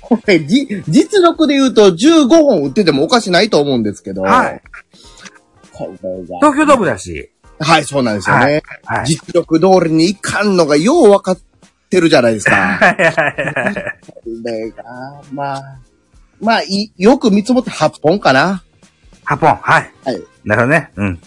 これ、じ、実力で言うと15本打っててもおかしないと思うんですけど。はい。これが。東京ドームだし。はい、そうなんですよね。はい。実力通りにいかんのがよう分かってるじゃないですか。はいはいはいはいこれが、まあ、まあ、いよく見積もって8本かな。ハポン、はい。はい。なるほどね。うん。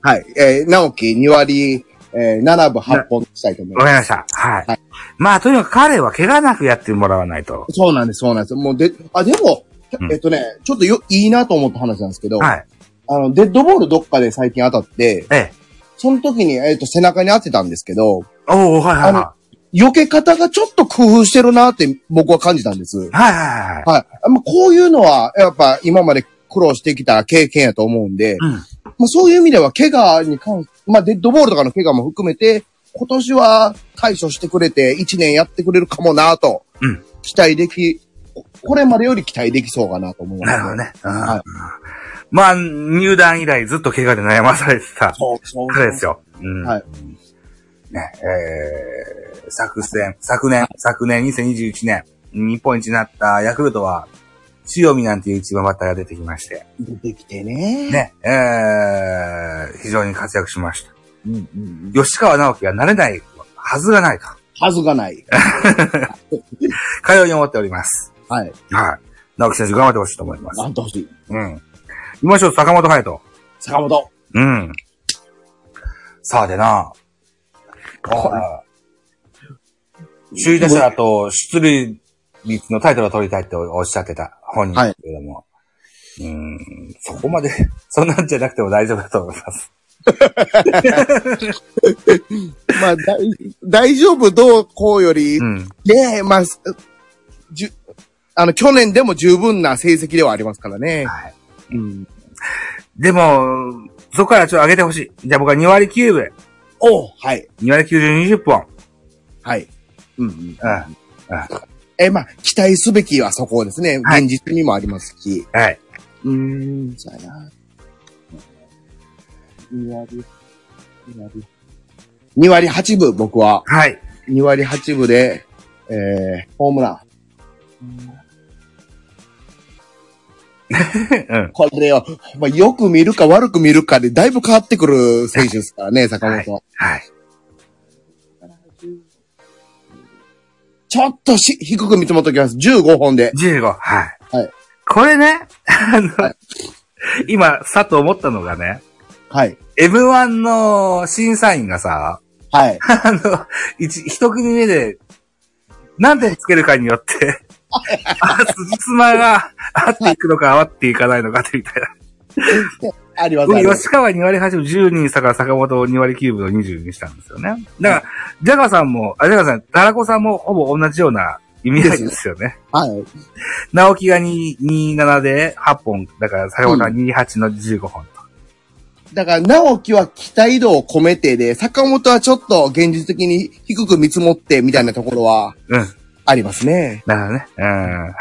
はい。えー、直樹2割、えー、7分8本したいと思いわまかりました。はい。はいまあ、とにかく彼は怪我なくやってもらわないと。す。そうなんです、そうなんです。もうで、あ、でもう、んえっとね、ちょっとよ、いいなと思った話なんですけど、はい。あの、デッドボールどっかで最近当たって、ええ。その時に、えっ、と、背中に当てたんですけど、おおはいはいは避け方がちょっと工夫してるなって僕は感じたんですい。。はいはいはい。はい。あまあこういうのは、やっぱ今まで苦労してきた経験やと思うんで、うん。まあ、そういう意味では、怪我に関しまあ、デッドボールとかの怪我も含めて、今年は対処してくれて、1年やってくれるかもなと、うん期待でき、ここれまでより期待できそうかなと思います。なるほど。ね。うんはいまあ、入団以来ずっと怪我で悩まされてたそうそうそう。彼ですよ。うん。はいね、えー、昨戦、昨年、昨年2021年、日本一になったヤクルトは、塩見なんていう一番バッターが出てきまして、出てきてね。。ね、えー、非常に活躍しました。うんうんうん。吉川直樹が慣れないはずがないと、はずがない。かように思っております。はい。はい。直樹選手頑張ってほしいと思いますな。んとほしい。うん。今一つ坂本隼人。坂本。うん。さあでな。ああ首位打者と出塁率のタイトルを取りたいっておっしゃってた本人ですけれども。うん、そこまで、そんなんじゃなくても大丈夫だと思います。まあ、だい大丈夫どうこうより、うん。ねえ、まあ、すじゅ、あの、去年でも十分な成績ではありますからね。はい。うん。でも、そこからちょっと上げてほしい。じゃあ僕は2割9分、おうはい。 2割9十20本。はい。うんうん。うん。え、まあ、期待すべきはそこですね。はい現実にもありますし。はい。うーん、そうやな。2割、2割。2割8分、僕は。はい。 2割8分で、えー、ホームラン。 うん。これを、まあ、よく見るか悪く見るかで、だいぶ変わってくる選手ですからね、坂本は。はい。ちょっとし、低く見積もっときます。15本で。 15。はい。はいこれね、あの、は今、さと思ったのがね、はい。 M1 の審査員がさ、 はい。あの、一、一組目で、何点つけるかによって、あ、辻褄が合っていくのか合っていかないのかってみたいな。ありますあ僕、ります。吉川2割8分10人差から坂本を2割9分の20にしたんですよね。だから、ジャガーさんも、あ、ジャガーさん、タラコさんもほぼ同じような意味合いですよね。はい。直樹が2 27で8本、だから坂本は28の15本と。だから、直樹は期待度を込めてで、坂本はちょっと現実的に低く見積もってみたいなところはうん。ありますね。なるほどね。うん。はいはい。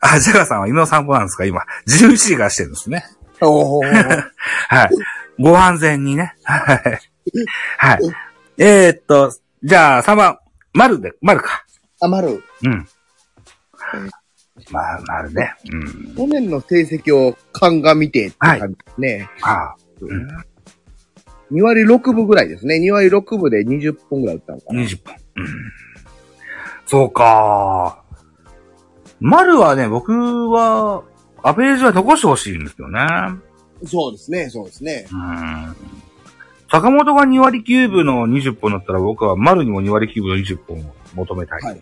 あ、ジャガーさんは犬の散歩なんですか今。11時からしてるんですね。おー はい。ご安全にね。はい。はい。えー、っと、じゃあ3番。丸で、丸か。あ、丸。うん。まあ、丸ね。うん。去年の成績を鑑みてって感じですね。ああ。 2割6分ぐらいですね。2割6分で20本ぐらい打ったのかな。 20本。うん。そうか丸はね、僕は、アベレージは残してほしいんですよね。そうですね、そうですね。うん。坂本が2割9分の20本だったら僕は丸にも2割9分の20本を求めたはいい。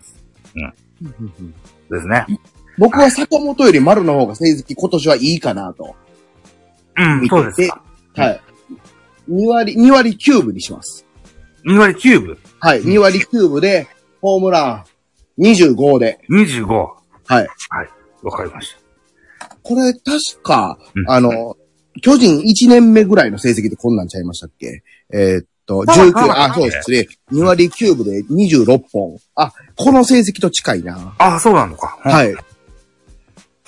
うんですね。僕は坂本より丸の方が成績今年はいいかなと。うん、見そうてですてか。はい。2割、2割9分にします。 2割9分、はい。2割9分で、ホームラン25で。 25。ははい。わかりました。これ確かう、んあの、巨人1年目ぐらいの成績でこんなんちゃいましたっけえーっと、まあ19まあま、ああ、そうですね。2割9分で26本。あ、この成績と近いな。ああ、そうなのか。はい。い。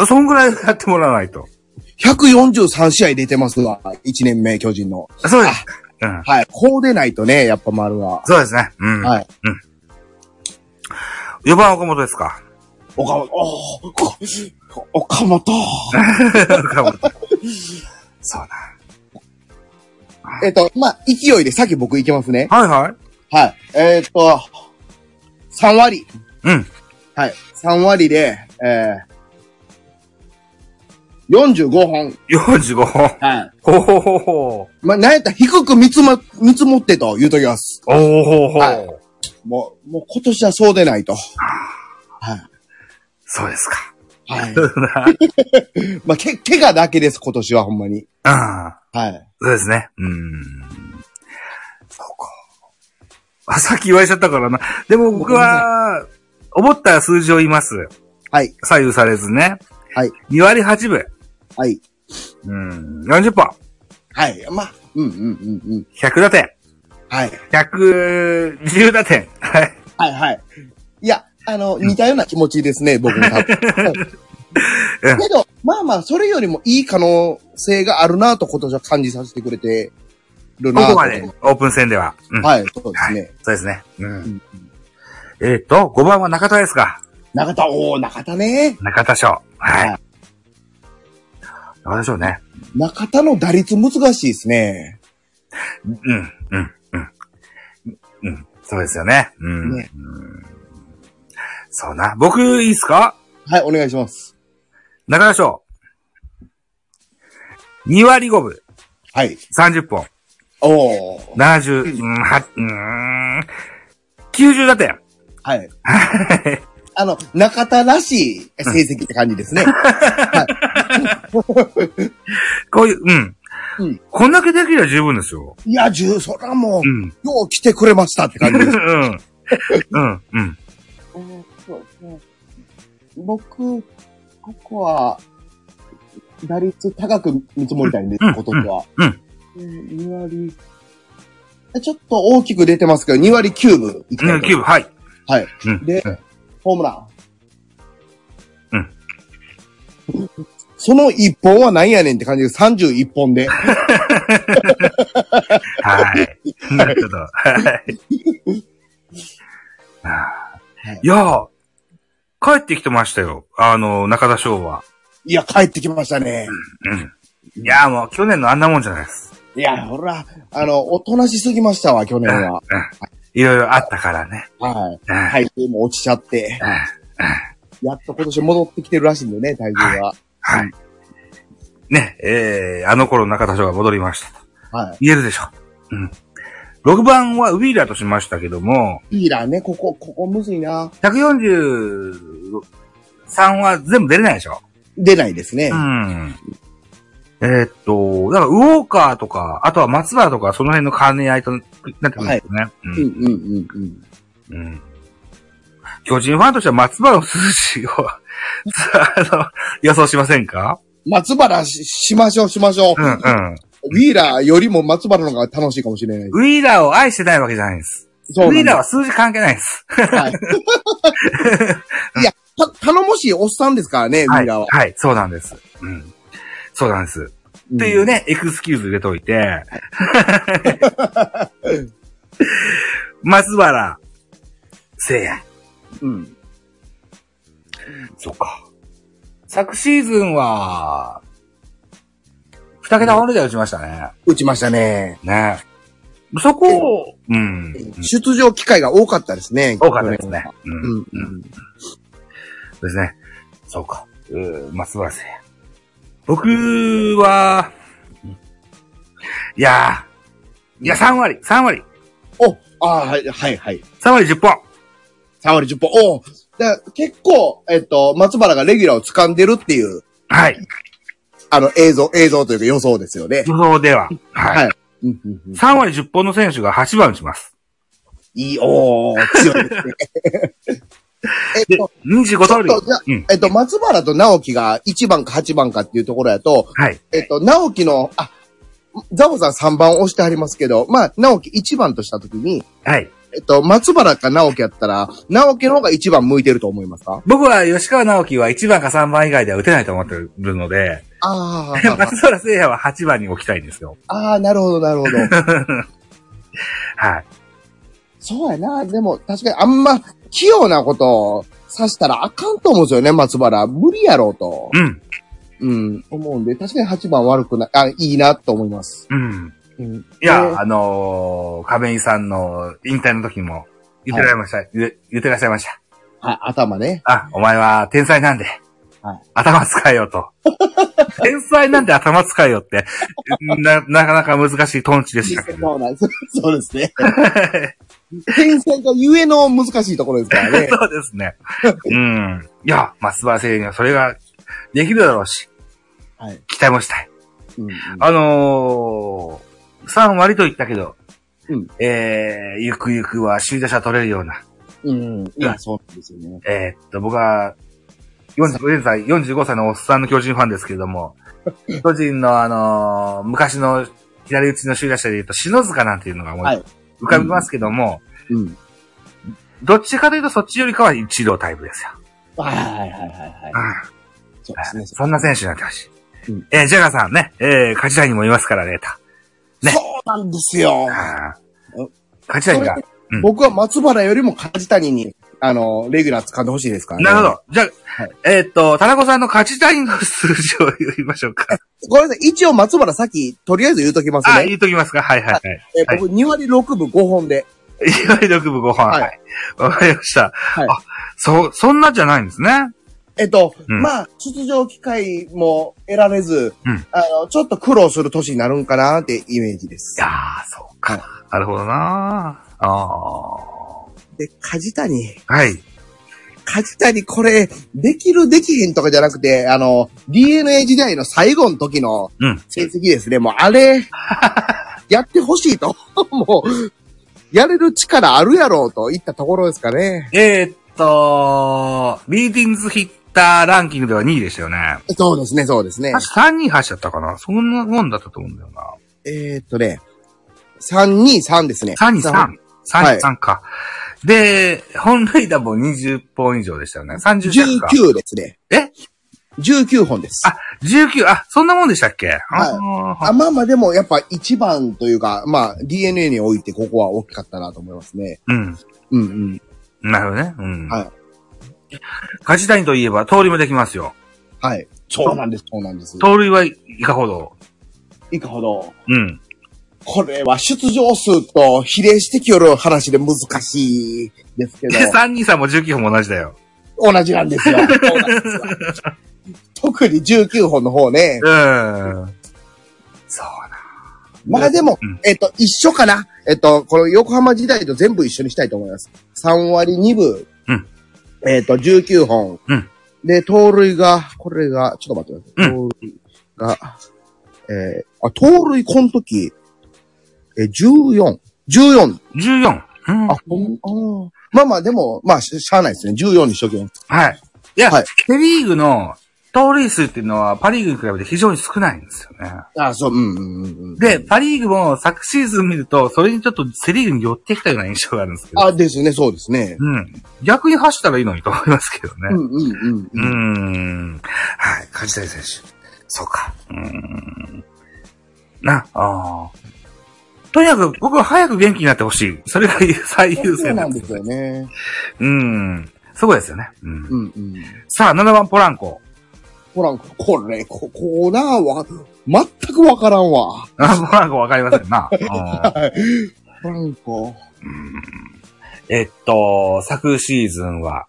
そんぐらいやってもらわないと。 143試合出てますわ。1年目、巨人の。そうです。うん。はい。こうでないとね、やっぱ丸は。そうですね。うん。はい。 4番岡本ですか。おかも、おーお、おかもと。そうえっと、まあ、勢いで先僕行きますね。だ。はいはい。はい。えっと、3割。うん。はい。3割で、えー、45本。 45本。はい。ほうほうほうほまあ、なんやったら低く見積も、見積もってと言うときます。う。おうほうほう。はいもう、もう今年はそうでないと。そうですか。 はい。まあ、け、怪我だけです、今年はほんまに。うん。はい。そうですね。うん。そうか。あ、さっき言われちゃったからな。でも僕は、思った数字を言います。はい。左右されずね。はい。 2割8分。はい。うん。40本。はい。まあ、うんうんうんうん。 100打点。はい。 120打点。 はい。はいはい。いや、あの、似たような気持ちですね、 僕も多分。うんけど、まあまあ、それよりもいい可能性があるなと今年は感じさせてくれてるこなとこまで、オープン戦では。うん。はい、そうですね。そうですね。うん。んえっ、と、5番は中田ですか。中田、おー、中田ね。中田翔。はい。は中田翔ね。中田の打率難しいですね。うん、うん、うん。うん、そうですよね。うん。ねうんそうな。僕、いいっすかはい、お願いします。中田翔。2割5分、はい。 30本、おー、 70、うん、は、うん、90打点。はい。あの、中田らしい成績って感じ ですね。こういう、うん。うんこんだけできれば十分ですよ。いや、十、そらもう、うん。よう来てくれましたって感じです。うん。うん。うん。えーそうね僕、ここは、打率高く見積もりたいんです、うん今年は。ううんん2割。ちょっと大きく出てますけど、2割9分いきたういん、とキューブ、はい。はい。うん。で、ホームラン。うん。その1本は何やねんって感じで、31本で。 はい。なるほど。はい。 あーいやー、帰ってきてましたよ。あの、中田翔は。いや、帰ってきましたね。うん。いやーもう、去年のあんなもんじゃないです。いや、ほら、あの、おとなしすぎましたわ、去年は。いろいろあったからね。はい。うん体重も落ちちゃって。うんやっと今年戻ってきてるらしいんでね、体重が。はい。ね、えー、あの頃の中田翔が戻りました。は言えるでしょう。うん。6番はウィーラーとしましたけども、い。いいな、ね、ここ、ここむずいな。 143は全部出れないでしょ出ないですね。ん。えーっと、だから、ウォーカーとか、あとは松原とか、その辺の兼ね合いとなってくるんですよね。うんうんうんうん。うん。うん。巨人ファンとしては松原の数字 を、あの、予想しませんか松原ししましょう、しましょう。うんうん。ウィーラーよりも松原の方が楽しいかもしれない。ウィーラーを愛してないわけじゃないんです。ウそィーラーはは数字関係ないんです。はい。いや、た、頼もしいおっさんですからね、ウィはーい。ラーは。はい、そうなんです。うん。そうなんです。んっていう。ね、エクスキューズ入れとい て。松原、聖夜。うん。そうか。昨シーズンは、二桁本塁打打ちましたね。打ちましたね。ね。そこを、うん。出場機会が多かったですね。多かったですね。う去年は。うん。んうん。そうですね。そうか。うー松原聖夜。僕は、いやー、いや、3割、3割、お、ああー、はい、はい、はい。 3割10本。 3割10本。おうだから結構、えっと、松原がレギュラーを掴んでるっていう、はい。あの、映像、映像というか予想ですよね。予想では。ははい。い。うんうんうん3割10本の選手が8番打ちます。いい、おー、強いですね。 えっと、 25ちょ盗っ塁と、。じゃあうん。えっと、松原と直樹が1番か8番かっていうところやと、はい。えっと、直樹の、あ、ザボさん3番押してありますけど、まあ、直樹1番としたときに、はい。えっと、松原か直樹やったら、直樹の方が1番向いてると思いますか僕は吉川直樹は1番か3番以外では打てないと思ってるので、あー、松原聖也は8番に置きたいんですよ。あー、なるほど、なるほど。はい。そうやな。でも、確かにあんま器用なことを刺したらあかんと思うんですよね、松原。無理やろうと。うん。うん、思うんで、確かに8番悪くない、あ、いいなと思います。うん。うん、いでや、あのー、亀井さんの引退の時も、言ってられました、言言ってらっしゃいました。はい、頭ね。あ、お前は天才なんで。はい頭使え よと。天才なんで頭使えよって、な、なかなか難しいトンチでしたけど。そうなんです。 そうですね。天才がゆえの難しいところですからね。そうですね。うん。いや、松原聖にはそれができるだろうし、はい。期待もしたい。うんうんあのー、3割と言ったけど、うんえー、ゆくゆくは首位打者取れるような、うん。いや、そうなんですよね。えーっと、僕は、45歳、45歳のおっさんの巨人ファンですけれども、巨人のあのー昔の左打ちの首位打者で言うと、篠塚なんていうのが思いはい浮かびますけども、うん。どっちかというとそっちよりかは一郎タイプですよ。はいはいはいはいうんはい。そうですね。そんな選手になってほしい。うんえージャガーさんね、えー、勝ち谷もいますからね、と。ねそうなんですよ。あーうん勝ち谷が。うん僕は松原よりも梶谷に、あの、レギュラー掴んでほしいですからね。なるほど。じゃあ、はいえーっと、田中さんの勝ち谷の数字を言いましょうか。ごめんなさい。一応松原さっき、とりあえず言うときますあ、ね。言っときますか。はいはいはい。えー僕2割6分5本で。いわゆる6部5本。はいはい。わかりました。はいあ、そ、そんなじゃないんですね。えっと、うんまあ、出場機会も得られず、うんあの、ちょっと苦労する年になるんかなってイメージですい。やー、そうか。なるほどなー。あで、梶谷。ー。はい。梶谷これ、できるできへんとかじゃなくて、あの、DNA 時代の最後の時のうん。成績ですね。もうあ れ、やってほしいと。 もう、やれる力あるやろうといったところですかね。えー、っと、リーディングズヒッターランキングでは2位でしたよね。そうですね、そうですね。確か3人走っちゃったかな。そんなもんだったと思うんだよな。えー、っとね、323ですね。 3人3。は3い人3か。で、本塁打も20本以上でしたよね。30着か。 19ですね。え ?19 本です。あ、19、あ、そんなもんでしたっけはい。あまあまあでもやっぱ一番というか、まあ DNA においてここは大きかったなと思いますね。うん。うんうん。なるほどね。うん。はい。梶谷といえば、盗塁もできますよ。はい。そうなんです、そうなんです。盗塁はいかほど。いかほど。うん。これは出場数と比例してきよる話で難しいですけどで、、3、2、3も19本も同じだ よ。同じなん ですよ。そうなんですよ特に19本の方ねう。ーん。そうな。まあでもうん、えっと、一緒かな。えっと、この横浜時代と全部一緒にしたいと思います。3割2分。うんえっと、19本。うんで、盗塁が、これが、ちょっと待ってください。う盗塁が、えー、あ、盗塁この時、えー、14。14。 14。うん。あ、ほん、ああ。まあまあ、でも、まあ、ししゃあないですね。14にしときます。はい。いや、はいセリーグの盗塁数っていうのはパリーグに比べて非常に少ないんですよね。ああ、そう、うん、うん、うん。で、、パリーグも昨シーズン見ると、それにちょっとセリーグに寄ってきたような印象があるんですけど。あ、ですね、そうですね。うん。逆に走ったらいいのにと思いますけどね。うん、うん、うん。うーん。はい、梶谷選手。そうか。うーん。な、ああ。とにかく僕は早く元気になってほしい。それが最そ優う先ななんんでですすよよね。ね。うーん。そこですよね。うん。うん、うん。さあ、7番ポランコ。ほら、これ、こ、こうなわ、全くわからんわ。あポランコわかりませんな。うん フランコ。えっと、昨シーズンは、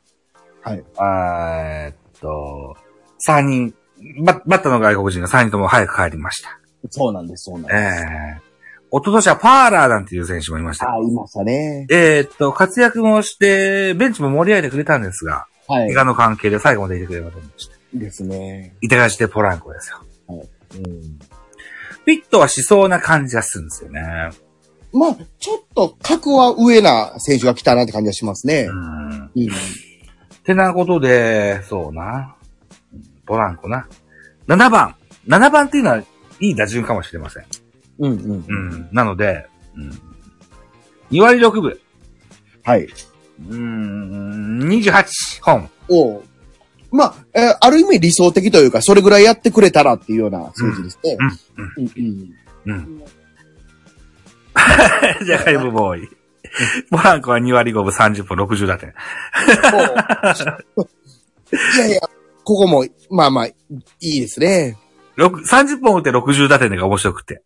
はい。あーえっと、3人、ババッタの外国人が3人とも早く帰りました。そうなんです、そうなんでええ一昨年はパーラーなんていう選手もいました。ああ、いましたね。えーっと、活躍もして、ベンチも盛り上げてくれたんですが、は怪我の関係で最後までいてくれませんでした。い。ですね。いたがしてポランコですよ。うん。ピットはしそうな感じがするんですよね。まあ、ちょっと格は上な選手が来たなって感じがしますねう。ん。っうん。てなことで、そうな。ポランコな。7番。7番っていうのは、いい打順かもしれません。うん、うんう。ん。なので、うん、2割6分。はい。うん、28本。 を、まあ、えーある意味理想的というか、それぐらいやってくれたらっていうような数字ですね。うんうんうん。ジャガイモボーイ。 ポランコは2割5分30分60打点。もう いやいや、ここも、まあまあ、いいですね。六30本打って60打点が面白くて。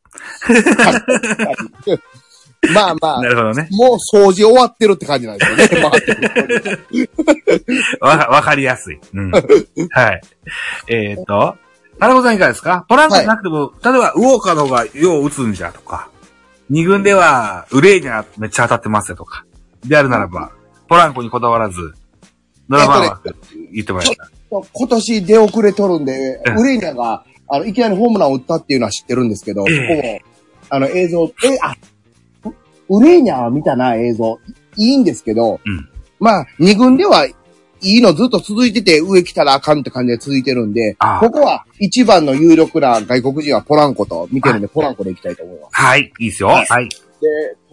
まあまあな、るほどね。もう掃除終わってるって感じなん ですよね。まあわ、わかりやすい。 うん。はい。えーっと、タラコさんいかがですかポランコじゃなくても、例えば、ウォーカーの方がよう打つんじゃとか、二軍では、ウレーニャめっちゃ当たってますよとか、であるならば、ポランコにこだわらず、ドラマは言ってもらえたら。今年出遅れとるんでう、んウレーニャが、あの、いきなりホームランを打ったっていうのは知ってるんですけど、ここも、あの、映像、え、あ、ウウレーニャは見たな、映像。いいんですけど、うんまあ、二軍では、いいのずっと続いてて、上来たらあかんって感じで続いてるんで、あここは一番の有力な外国人はポランコと見てるんで、ポランコでいきたいと思います。はい、いいですよ。ははいい。で、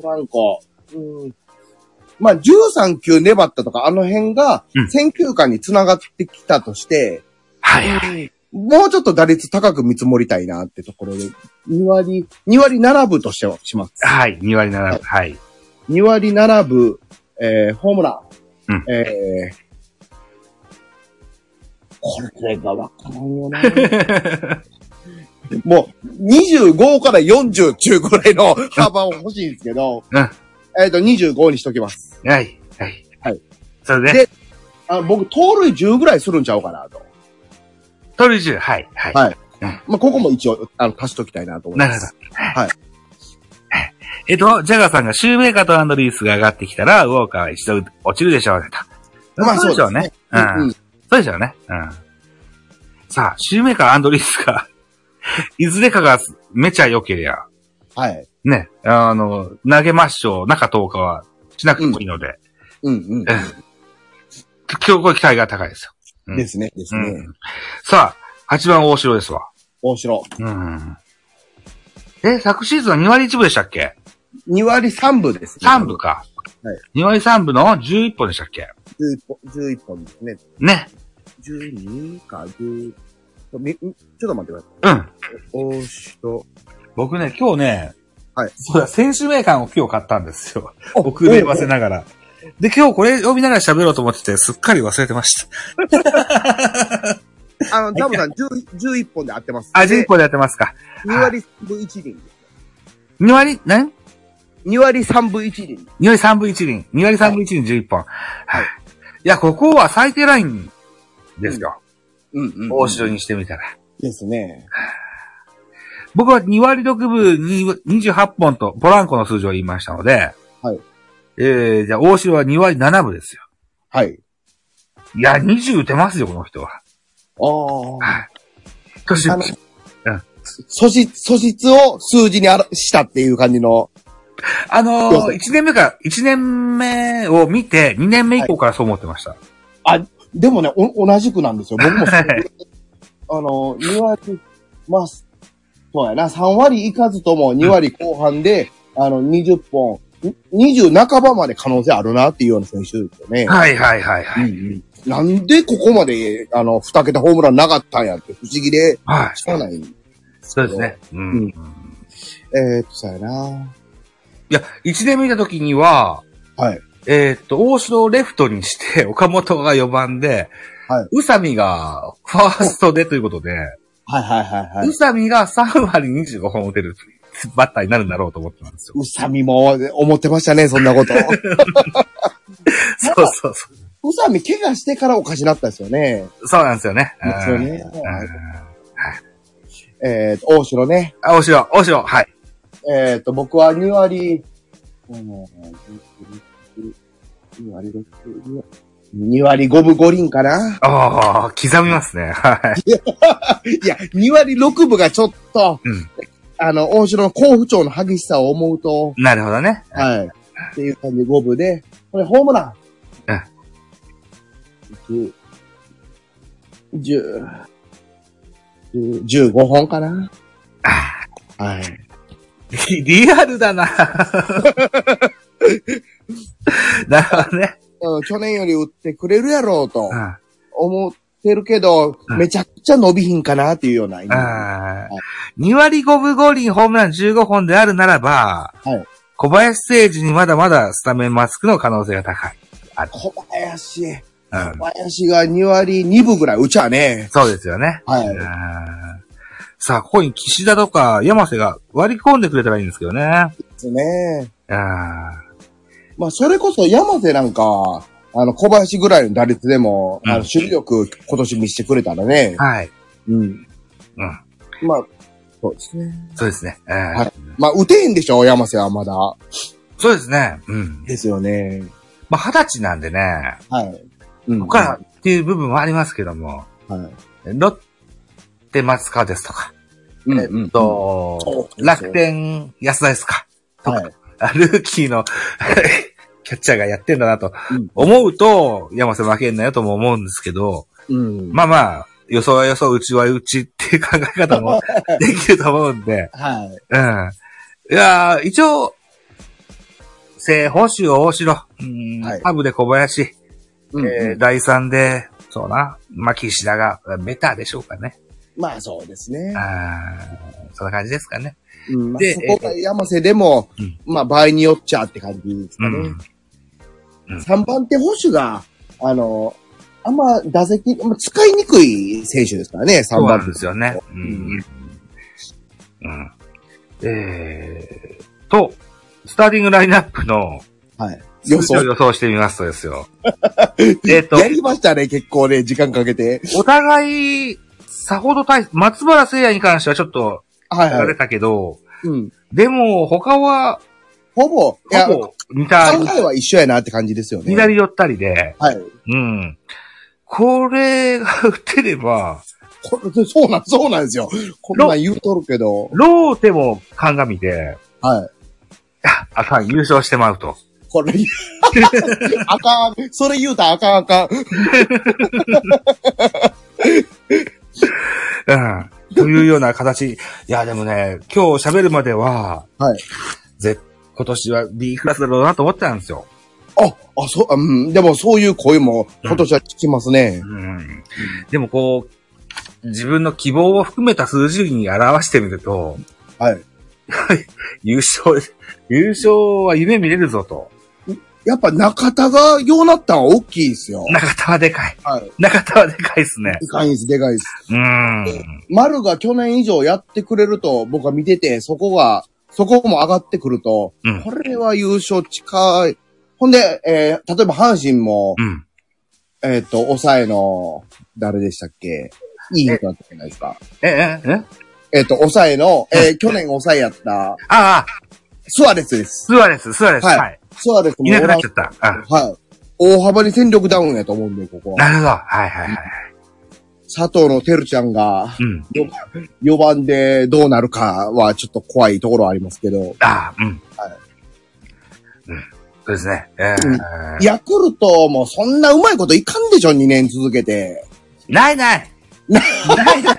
トランコ。うん。まあ、13球粘ったとか、あの辺がうん、選球間に繋がってきたとして、はい。もうちょっと打率高く見積もりたいなってところで、2割、2割並ぶとしてはします。はい、2割7分。はい。 2割並ぶ、えー、ホームラン。うんえーこれがわからんよ な。もう、25から40中ぐらいの幅を欲しいんですけど、うんえっ、と、25にしときます。はい、はい。はい。それでで、あ僕、盗塁10ぐらいするんちゃうかなと。トリジュはい、はい。はいまあ、ここも一応、あの、足しときたいなと思いなまるほす。ど。はい。えっと、ジャガーさんがシューメーカーとアンドリースが上がってきたら、ウォーカーは一度落ちるでしょうね、と。まあ、そうででしすょうねね。。ううんん。うん。そうでしょうね。うん。さあ、シューメーカーアンドリースが、 いずれかがめちゃ良けりゃ、はい。ね、あの、投げましょう、中10日はしなくてもいいので、うんえ今日これ期待が高いですよ。う。うんんですね、ですね。うんさあ、8番大城ですわ。大城。うん。え、昨シーズンは2割1分でしたっけ2割3分です、ね。 ?3 分か。はい2割3分の11本でしたっけ11本。11本ですね。ね。 12か、10。みみちょっと待ってくださうん。い。大城。僕ね、今日ね、はいそうだ、選手名鑑を今日買ったんですよ。遅ればせながら。で、今日これ読みながら喋ろうと思ってて、すっかり忘れてました。あの、ダムさん、10 11本で合ってます。あ、11本でやってますか。 2割3分1厘。 2割、何2割3分1厘。 ?2 割3分1厘。2割3分1厘11本。はい。いや、ここは最低ラインですよ。うんうん大城にしてみたら。ですね。僕は2割6分に28本と、ポランコの数字を言いましたので、はい。えー、じゃあ、大城は2割7分ですよ。はい。いや、20打てますよ、この人は。ああ。そしてあの素質、素質を数字にあらしたっていう感じの。あのどうぞー、1年目から、1年目を見て、2年目以降からそう思ってました。でもね、お同じくなんですよ。僕もそう。はあの、2割、まあ、そうやな、3割いかずとも2割後半で、あの、20本、に20半ばまで可能性あるなっていうような選手ですよね。はいはいはいはい。うんうんなんでここまで、あの、2桁ホームランなかったんやって不思議で、はい。しゃあない。そうですね。ううんん。いえーっと、そうやな。や、1年目見た時には、はい。えーっと、大城をレフトにして、 岡本が4番で、はい。宇佐美がファーストでということで、はいはいはいは宇い。佐美が3割25本打てるバッターになるんだろうと思ってたんですよ。うさみも思ってましたね、そんな こと。そうそうそうさみ怪我してからおかしなったですよね。う。そうなんですよね。ですよねうん。えーっと、大城ね。あ、大城、大城、はい。えっ、と、僕は2割、2割6、2割5分5厘かなああ、刻みますね。はい。いや、2割6分がちょっと、うんあの、大城の好不調の激しさを思うと、なるほどね。はい。っていう感じで5分で、これホームラン。うん。10、10 15本かなはい。リリアルだな。なるほどね。うん去年より売ってくれるやろうと。うん思ってるけど、うんめちゃくちゃ伸びひんかなっていうようなイメージ。あー2割5分5厘ホームラン15本であるならば、はい小林誠司にまだまだスタメンマスクの可能性が高い。小林。うん。小林が2割2分ぐらい、うちはね。そうですよね。はい。うんさあ、ここに岸田とか山瀬が割り込んでくれたらいいんですけどね。ですね。うん。まあ、それこそ山瀬なんか、あの、小林ぐらいの打率でも、うんあの、守備力今年見せてくれたらね。はい。うん。うん。まあ、そうですね。そうですね。えーはいまあ、打てへんでしょ、山瀬はまだ。そうですね。うん。ですよね。まあ、二十歳なんでね、はい。うん。ここからっていう部分はありますけども、はい。ロッテ松川ですとか、うんえっ、とそう、そう楽天安田ですか、 はい。あルーキーの キャッチャーがやってんだなとうん思うと、山瀬負けんなよとも思うんですけど、うん。まあまあ、予想は予想、うちはうちっていう考え 方もできると思うんで、はい。うん。いやー一応、正報酬大城、うん、はいハブで小林、うんえうーん第3で、そうな、まあ、岸田が、ベターでしょうかね。まあ、そうですねあ。ーそんな感じですかね。うん。まあでそこが山瀬でもうん、まあ、場合によっちゃって感じですうかん。ね。3番手捕手が、あの、あんま打席、あんま使いにくい選手ですからね、そ3う番な手ん。ですよね。ううんん。うん。えー、と、スターティングラインナップのはい。予数字を想。予想してみますとで すよ。えっと、やりましたね、結構ね、時間かけて。お互い、さほど大、松原聖也に関してはちょっと、はいやはれい。たけど、うん。でも、他は、ほぼ、いや、ほ考ぼ、似た、えは一緒やなって感じですよね。左寄ったりで、はい。うん。これが打てれば、こ れそうなん、そうなんですよ。こんなん言うとるけど。ローテも鑑みで、はい。ああかん、優勝してまうと。こ れ、あかん。それ言うたらあかんあかん。うん。というような形。いや、でもね、今日喋るまでは、はい。ぜ今年は B クラスだろうなと思ってたんですよ。あ、あ、そう、うん。でもそういう声も今年は聞きますね。うん。でもこう、自分の希望を含めた数字に表してみると、はい。優勝、優勝は夢見れるぞと。やっぱ中田がようなったんは大きいですよ。中田はでかい。はい。中田はでかいっすね。でかいです、でかいです。うん。丸が去年以上やってくれると僕は見てて、そこが、そこも上がってくると、うんこれは優勝近い。ほんで、えー、例えば阪神も、うん。えっ、と、抑えの、誰でしたっけいい人だったじゃないですか。え、え、ええっ、と、抑えの、えー、去年抑えやった、ああ、スアレスです。スワレス、スワレス。はいはい。スアレスもいおならくなんっちゃった。あはい。大幅に戦力ダウンやと思うんで、ここは。なるほど。はいはいはい。佐藤のてるちゃんがうん。 4番でどうなるかはちょっと怖いところはありますけど。ああ、うん。はいうん。そうですね。えーうヤクルトもそんなうまいこといかんでしょ、2年続けて。な いないないないないない。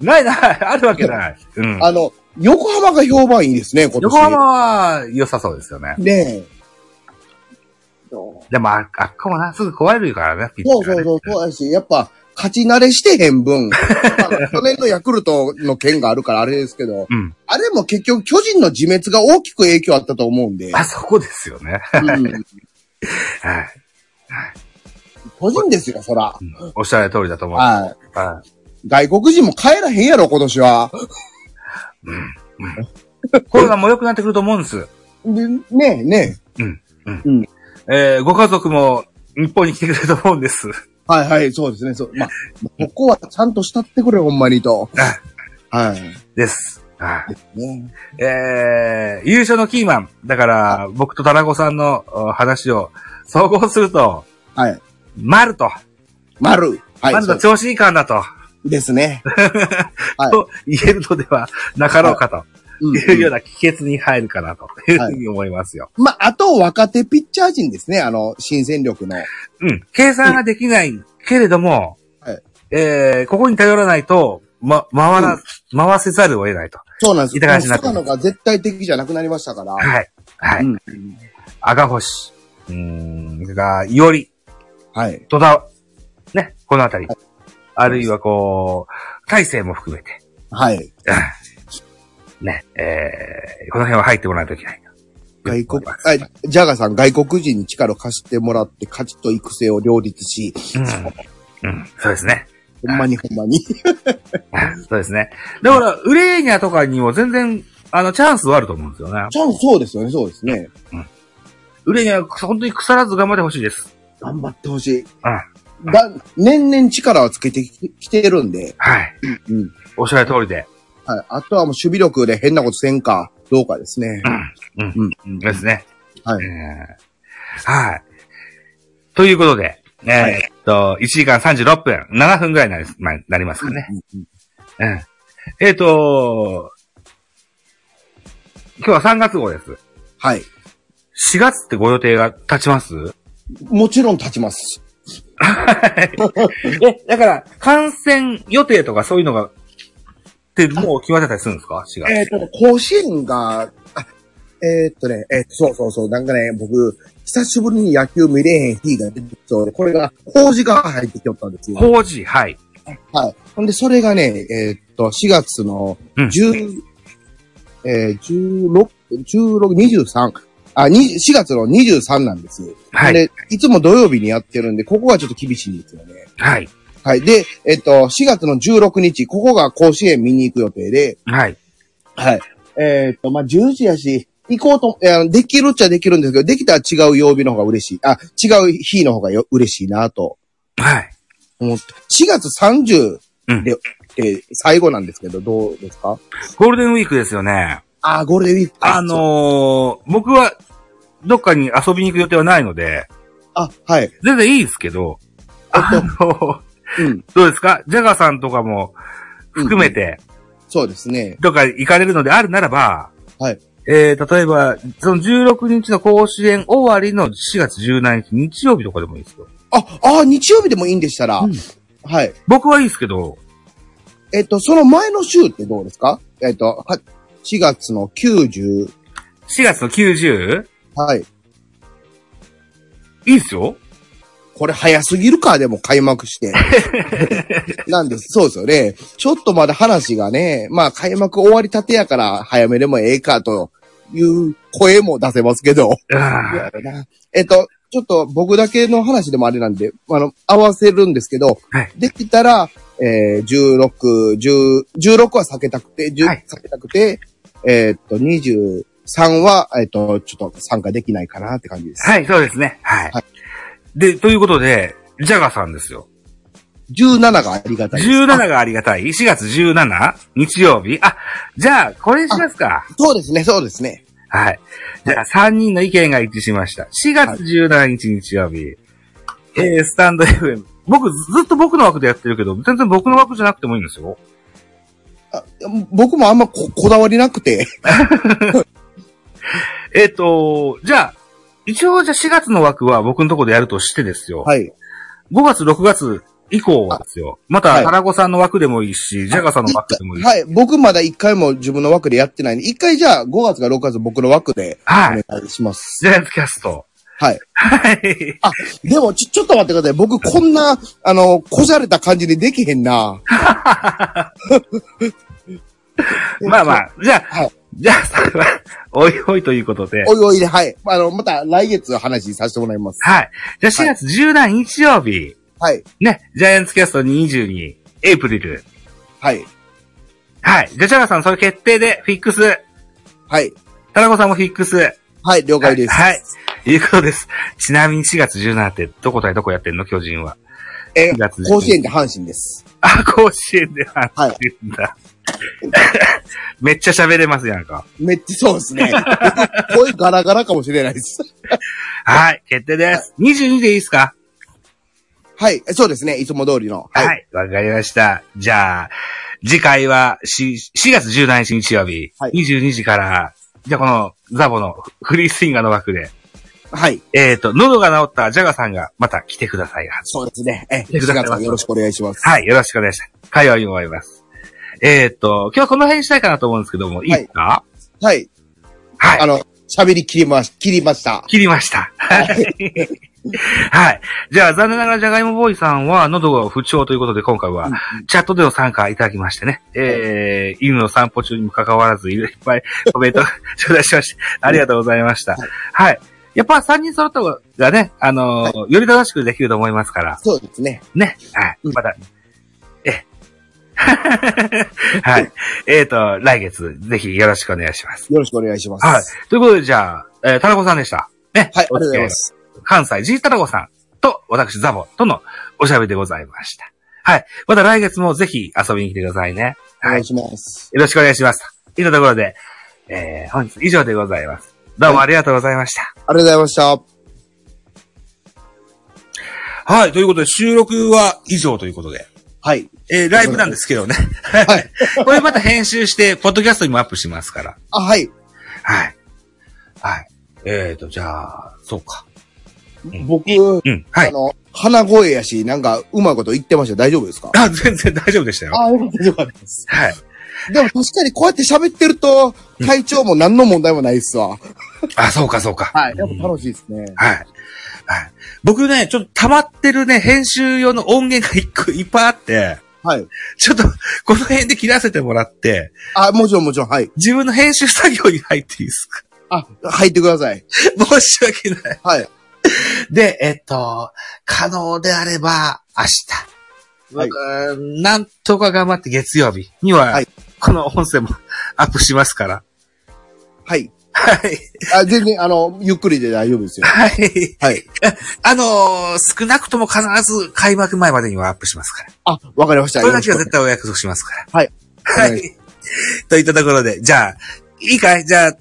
ないない、あるわけない。うん。あの、横浜が評判いいですね、今年。横浜は良さそうですよね。ねえ。そでも、ああっこもな、すぐ壊れるからね、ピッチャうーそねうそう、そうやし、やっぱ、勝ち慣れしてへん 分、まあ去年のヤクルトの件があるからあれですけど、うん。あれも結局巨人の自滅が大きく影響あったと思うんで、あそこですよね。うん、はい。巨人ですよ、そら。うんおっしゃる通りだと思う。は。はいい。外国人も帰らへんやろ、今年は。コロナも良くなってくると思うんです。でねえ、ねえ。えー、ご家族も日本に来てくれると思うんです。はいはい、そうですね。そう。 まあ、ここはちゃんと慕ってくれ、ほんまにと。 はい。です。はい。ね。えー、優勝のキーマン。だから、僕と田中さんのお話を総合すると、はい。丸と、丸。はい。丸そとう調子いい感だと、です ね。はいと言えるのではなかろうかとうんいうような帰結に入るかなというふうに思いますよ。まあ、あと若手ピッチャー陣ですね。あの、新戦力の。うん。計算ができないけれども、はいえー、ここに頼らないと、ま、回ら、回せざるを得ないと。そうなんです。板垣になってもう菅野が絶対的じゃなくなりましたから。はい。はい。うん赤星。うーん。が、いおり。はい。戸田、ね、このあたり。あるいはこう、大勢も含めて。はい。ね、えー、この辺は入ってもらわないといけない。外国、あ、ジャガさん、外国人に力を貸してもらって、価値と育成を両立し、うん。うん、そうですね。 ほんまにほん まに。そうですね。だから、ウレーニャとかにも全然、あの、チャンスはあると思うんですよね。ちゃん、そうですよね、そうですね。ウレーニャ、本当に腐らず頑張ってほしいです。頑張ってほしい。あだ、年々力はつけてききてるんで、はい。うん。おっしゃる通りで。はい。あとはもう守備力で変なことせんか、どうかですね。うん。うん。うん。ですね。はいえーはい。ということで、えーはいえっと、1時間36分、7分ぐらいになり,、まあ、なりますかね。うん。えっ、と、今日は3月号です。はい。 4月ってご予定が立ちますもちろん立ちます。え、だから、観戦予定とかそういうのが、ってもう決まってたりするんですか ?4 月。えっ、と、甲子園が、あえーっとね、えーそうそうそう、なんかね、僕、久しぶりに野球見れへん日が出てきそうで、これが、法事が入ってきよったんですよ。工事、はい。はい。ほんで、それがね、えーっと、4月のうん10、えー、16、16、23、あ、に4月の23なんです。はいで、いつも土曜日にやってるんで、ここがちょっと厳しいんですよね。はい。はい。で、えーっと、4月の16日、ここが甲子園見に行く予定で、はい。はい。えーっと、まあ、10時やし、行こうと、いやできるっちゃできるんですけど、できたら違う曜日の方が嬉しい。あ、違う日の方がよ嬉しいなとはい。思って。4月30、うん。でって最後なんですけど、どうですかゴールデンウィークですよね。あー、ゴールデンウィーク。あ、のー、僕は、どっかに遊びに行く予定はないので、あ、はい。全然いいですけど、あの、うん。どうですかジャガーさんとかも含めて、そうですね。どっか行かれるのであるならば、はい。えー、例えば、その16日の甲子園終わりの4月17日、日曜日とかでもいいですよ。あ、あー、日曜日でもいいんでしたら、うんはい。僕はいいですけど、えっと、その前の週ってどうですかえっと、は4月の90、 4月の 90? はい。いいっすよこれ早すぎるか、でも開幕 して。なんです。そうですよね。ちょっとまだ話がね、まあ開幕終わりたてやから早めでもええかという声も出せますけど。あーえっと、ちょっと僕だけの話でもあれなんで、あの、合わせるんですけど、はいできたら、えー、16、10、16は避けたくて、10はい避けたくて、えーっと、23は、えーっと、ちょっと参加できないかなって感じです。はい、そうですね。はい。はで、ということで、ジャガーさんですよ。 17がありがたいです。 17がありがたい。4月 17? 日曜日あ、じゃあ、これにしますか。そうですね、そうですね。はい。じゃあ、3人の意見が一致しました。4月17日日曜日。えー、スタンド FM。僕、ずずっと僕の枠でやってるけど、全然僕の枠じゃなくてもいいんですよ。あ僕もあんまここだわりなくて、えっ、と、じゃあ、一応じゃあ4月の枠は僕のところでやるとしてですよ。はい。 5月、6月以降はですよ。また、はいタラコさんの枠でもいいし、ジャガさんの枠でもいいし。はい、僕まだ一回も自分の枠でやってないんで、一回じゃあ5月か6月僕の枠ではおい。願いします。ジャイアンツキャスト。はい。はい。あ、でも、ちょ、ちょっと待ってください。僕、こんな、あの、こじゃれた感じでできへんな。 まあまあ、じゃあ、はいじゃあ、それは、おいおいということで。おいおいで、はい。あの、また来月話させてもらいます。はい。じゃあ4月17日曜日、はい。ね、ジャイアンツキャスト22、エイプリル。はい。はい。じゃあ、ジャガーさん、それ決定で、フィックス。はい。タラコさんもフィックス。はい、了解です。はい。はい。いうことです。ちなみに4月17って、どこ対どこやってんの巨人は。え4月甲子園って阪神です。あ、甲子園で話してるんだ。 めっちゃ喋れますやんか。めっちゃそうですね。 声ガラガラかもしれないです。はい、決定です。22でいいですかはい。そうですね。いつも通りの。。はいい、わ、かりました。じゃあ、次回はし 4, 月17日日曜日、はい22時から、じゃあこのザボのフリースインガーの枠で、はい。えっ、と、喉が治ったジャガさんがまた来てください。そうですね。え、て4ください月はよろしくお願いします。はい、よろしくお願いします。会話に思います。えっ、と、今日はこの辺にしたいかなと思うんですけども、いいですかはい。はい。あの、喋り切りまし、切りました。切りました。はい。はい。じゃあ、残念ながら、ジャガイモボーイさんは、喉が不調ということで、今回は、チャットでの参加いただきましてね、えー、犬の散歩中にもかかわらず、いっぱいコメント 頂戴しまして、ありがとうございました。はい。やっぱ3人揃った方がね、あのーより楽しくできると思いますから、そうですね。ね。はい。うんまた、え。 はい。えっ、と、来月、ぜひよろしくお願いします。よろしくお願いします。はい。ということで、じゃあ、えー、田中さんでした。ね。はい、ありがとうございます。関西 G タラゴさんと私ザボとのおしゃべりでございました。はい。また来月もぜひ遊びに来てくださいね。おは願い。いよします。ろしくお願いします。といったところで、えー、本日以上でございます。どうもありがとうございました。ありがとうございました。はい。ということで、収録は以上ということで。はい。えー、ライブなんですけどね。 はい。これまた編集して、ポッドキャストにもアップしますから。あ、はい。はい。はい。えーと、じゃあ、そうか。ん僕、うん。はあい。の、鼻声やし、なんか、うまいこと言ってました。大丈夫ですかあ、全然大丈夫でしたよ。あ、よかった、よかったです。はい。でも確かにこうやって喋ってると、体調も何の問題もないっすわ。あ、そうか、そうか。はい。やっぱ楽しいですね。はい。はい。僕ね、ちょっと溜まってるね、編集用の音源が一個いっぱいあって、はい。ちょっと、この辺で切らせてもらって、あ、もちろんもちろん、はい。自分の編集作業に入っていいですか あ、入ってください。申し訳ない。はい。で、えっと、可能であれば、明日。はい僕なんとか頑張って月曜日には、はいこの音声も アップしますから。はい。はい。あ、全然、あの、ゆっくりで大丈夫ですよ。はい。はい。あのー少なくとも必ず開幕前までにはアップしますから。あ、わかりました。それだけはよろし絶対お約束しますから。はい。はお願いい。といったところで、じゃあ、いいかいじゃあ、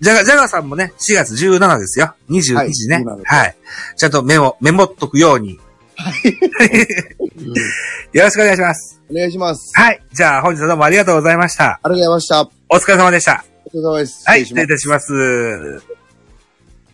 ジャガ、ジャガーさんもね、4月17ですよ。22時ね。はい17はい。ちゃんとメモ、メモっとくように。くうん よろしくお願いします。お願いします。はい。じゃあ、本日はどうもありがとうございました。ありがとうございました。お疲れ様でした。お疲れ様です。はい。失失礼礼いしまたします。